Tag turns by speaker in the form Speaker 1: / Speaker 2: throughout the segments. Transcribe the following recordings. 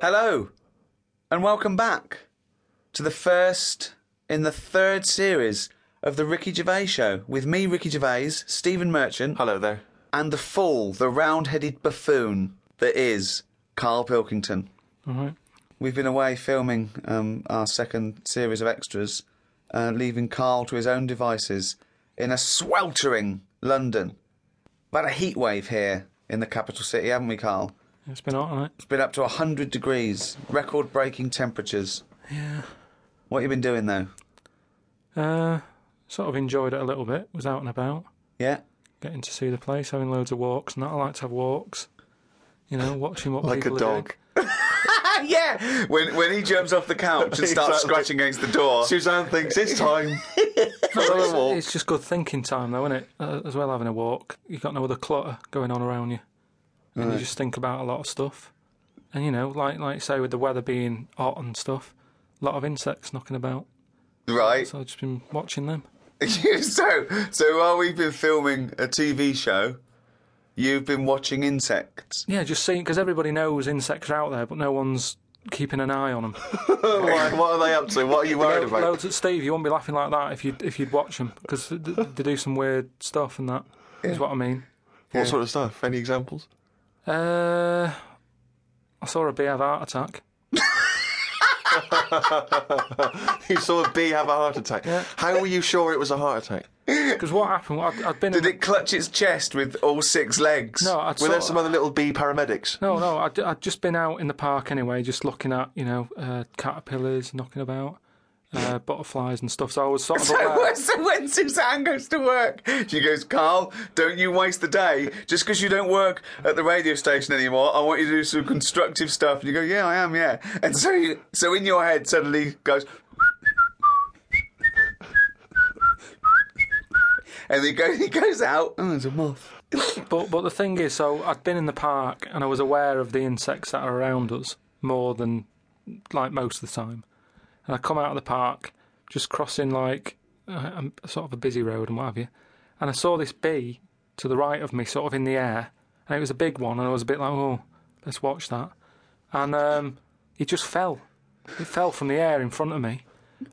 Speaker 1: Hello, and welcome back to the first in the third series of the Ricky Gervais Show with me, Ricky Gervais, Stephen Merchant,
Speaker 2: Hello there.
Speaker 1: and the fool, the round-headed buffoon that is Carl Pilkington.
Speaker 2: All right.
Speaker 1: We've been away filming um, our second series of extras, uh, leaving Carl to his own devices in a sweltering London. We've had a heat wave here in the capital city, haven't we, Carl?
Speaker 2: It's been all right.
Speaker 1: It's been up to 100 degrees, record breaking temperatures.
Speaker 2: Yeah.
Speaker 1: What you been doing though?
Speaker 2: Uh, sort of enjoyed it a little bit. Was out and about,
Speaker 1: Yeah?
Speaker 2: getting to see the place, having loads of walks. And that I like to have walks. You know, watching what
Speaker 3: like a
Speaker 2: people are
Speaker 3: dog.
Speaker 1: yeah! When, when he jumps off the couch and starts
Speaker 3: Exactly.
Speaker 1: scratching against the door.
Speaker 3: Suzanne thinks it's time for
Speaker 2: doing.
Speaker 3: a walk.
Speaker 2: It's just good thinking time, though, isn't it? Uh, as well, having a walk, you have got no other clutter going on around you, and you just think about a lot of stuff. And you know, like like say with the weather being hot and stuff, a lot of insects knocking about.
Speaker 1: Right?
Speaker 2: So I've just been watching them.
Speaker 1: so, so while we've been filming a TV show, you've been watching insects.
Speaker 2: Yeah, just seeing because everybody knows insects are out there, but no one's keeping an eye on them.
Speaker 3: Why- what are they up to? What are you worried about?
Speaker 2: Loads at Steve, you wouldn't be laughing like that if you if you'd watch them because they, they do some weird stuff and that is what I mean.
Speaker 3: What sort of stuff? Any examples?
Speaker 2: Uh, I saw a bee have a heart attack.
Speaker 3: You saw a bee have a heart attack. How were you sure it was a heart attack?
Speaker 2: Because what happened? I'd, I'd been.
Speaker 1: Did
Speaker 2: in,
Speaker 1: it clutch its chest with all six legs?
Speaker 2: No, I'd
Speaker 3: Were there
Speaker 2: sort
Speaker 3: some
Speaker 2: of-
Speaker 3: other little bee paramedics?
Speaker 2: No, no, I'd, I'd just been out in the park anyway, just looking at you know uh, caterpillars knocking about, uh, butterflies and stuff. So I was sort of aware.
Speaker 1: So when Suzanne goes to work, she goes, Carl, don't you waste the day. Just because you don't work at the radio station anymore, I want you to do some constructive stuff. And you go, yeah, I am, yeah. And so, you, so in your head suddenly goes, and he goes, he goes out. Oh, there's a moth.
Speaker 2: But but the thing is, so I'd been in the park and I was aware of the insects that are around us more than like most of the time. And I come out of the park, just crossing like uh, a, sort of a busy road and what have you, and I saw this bee to the right of me, sort of in the air, and it was a big one, and I was a bit like, oh, let's watch that, and um, it just fell. It fell from the air in front of me,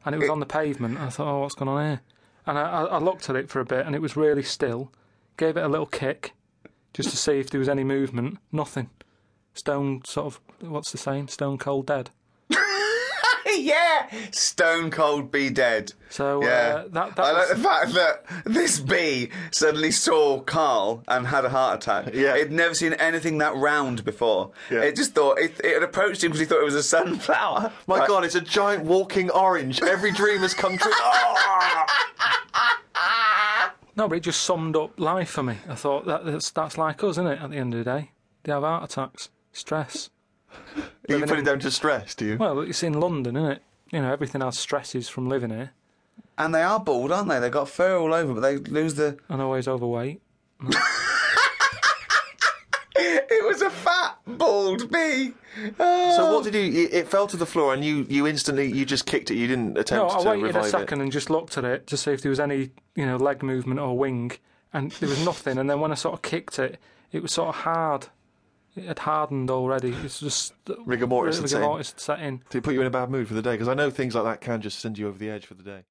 Speaker 2: and it was on the pavement. And I thought, oh, what's going on here? And I, I, I looked at it for a bit, and it was really still. Gave it a little kick, just to see if there was any movement. Nothing. Stone, sort of, what's the saying? Stone cold dead.
Speaker 1: yeah, stone cold be dead.
Speaker 2: So, uh,
Speaker 1: yeah,
Speaker 2: that- that
Speaker 1: I like
Speaker 2: was-
Speaker 1: the fact that this bee suddenly saw Carl and had a heart attack.
Speaker 3: Yeah.
Speaker 1: it'd never seen anything that round before.
Speaker 3: Yeah.
Speaker 1: It just thought it, it had approached him because he thought it was a sunflower.
Speaker 3: My God, it's a giant walking orange. Every dream has come true. Ah!
Speaker 2: No, but it just summed up life for me. I thought that that's, that's like us, isn't it? At the end of the day, they have heart attacks, stress.
Speaker 3: you put it down to stress, do you?
Speaker 2: Well, it's in London, isn't it? You know, everything has stresses from living here,
Speaker 1: and they are bald, aren't they? They've got fur all over, but they lose the.
Speaker 2: and always overweight.
Speaker 1: It was a fat bald bee.
Speaker 3: So what did you? you- It fell to the floor, and you you instantly you just kicked it. You didn't
Speaker 2: No,
Speaker 3: attempt
Speaker 2: I
Speaker 3: to
Speaker 2: waited
Speaker 3: revive
Speaker 2: a second and just looked at it to see if there was any, you know, leg movement or wing, and there was nothing. And then when I sort of kicked it, it was sort of hard. It had hardened already. It's just
Speaker 3: it. Rigor mortis. had
Speaker 2: rigor
Speaker 3: set in.
Speaker 2: mortis had set in.
Speaker 3: Did it put you in a bad mood for the day? Because I know things like that can just send you over the edge for the day.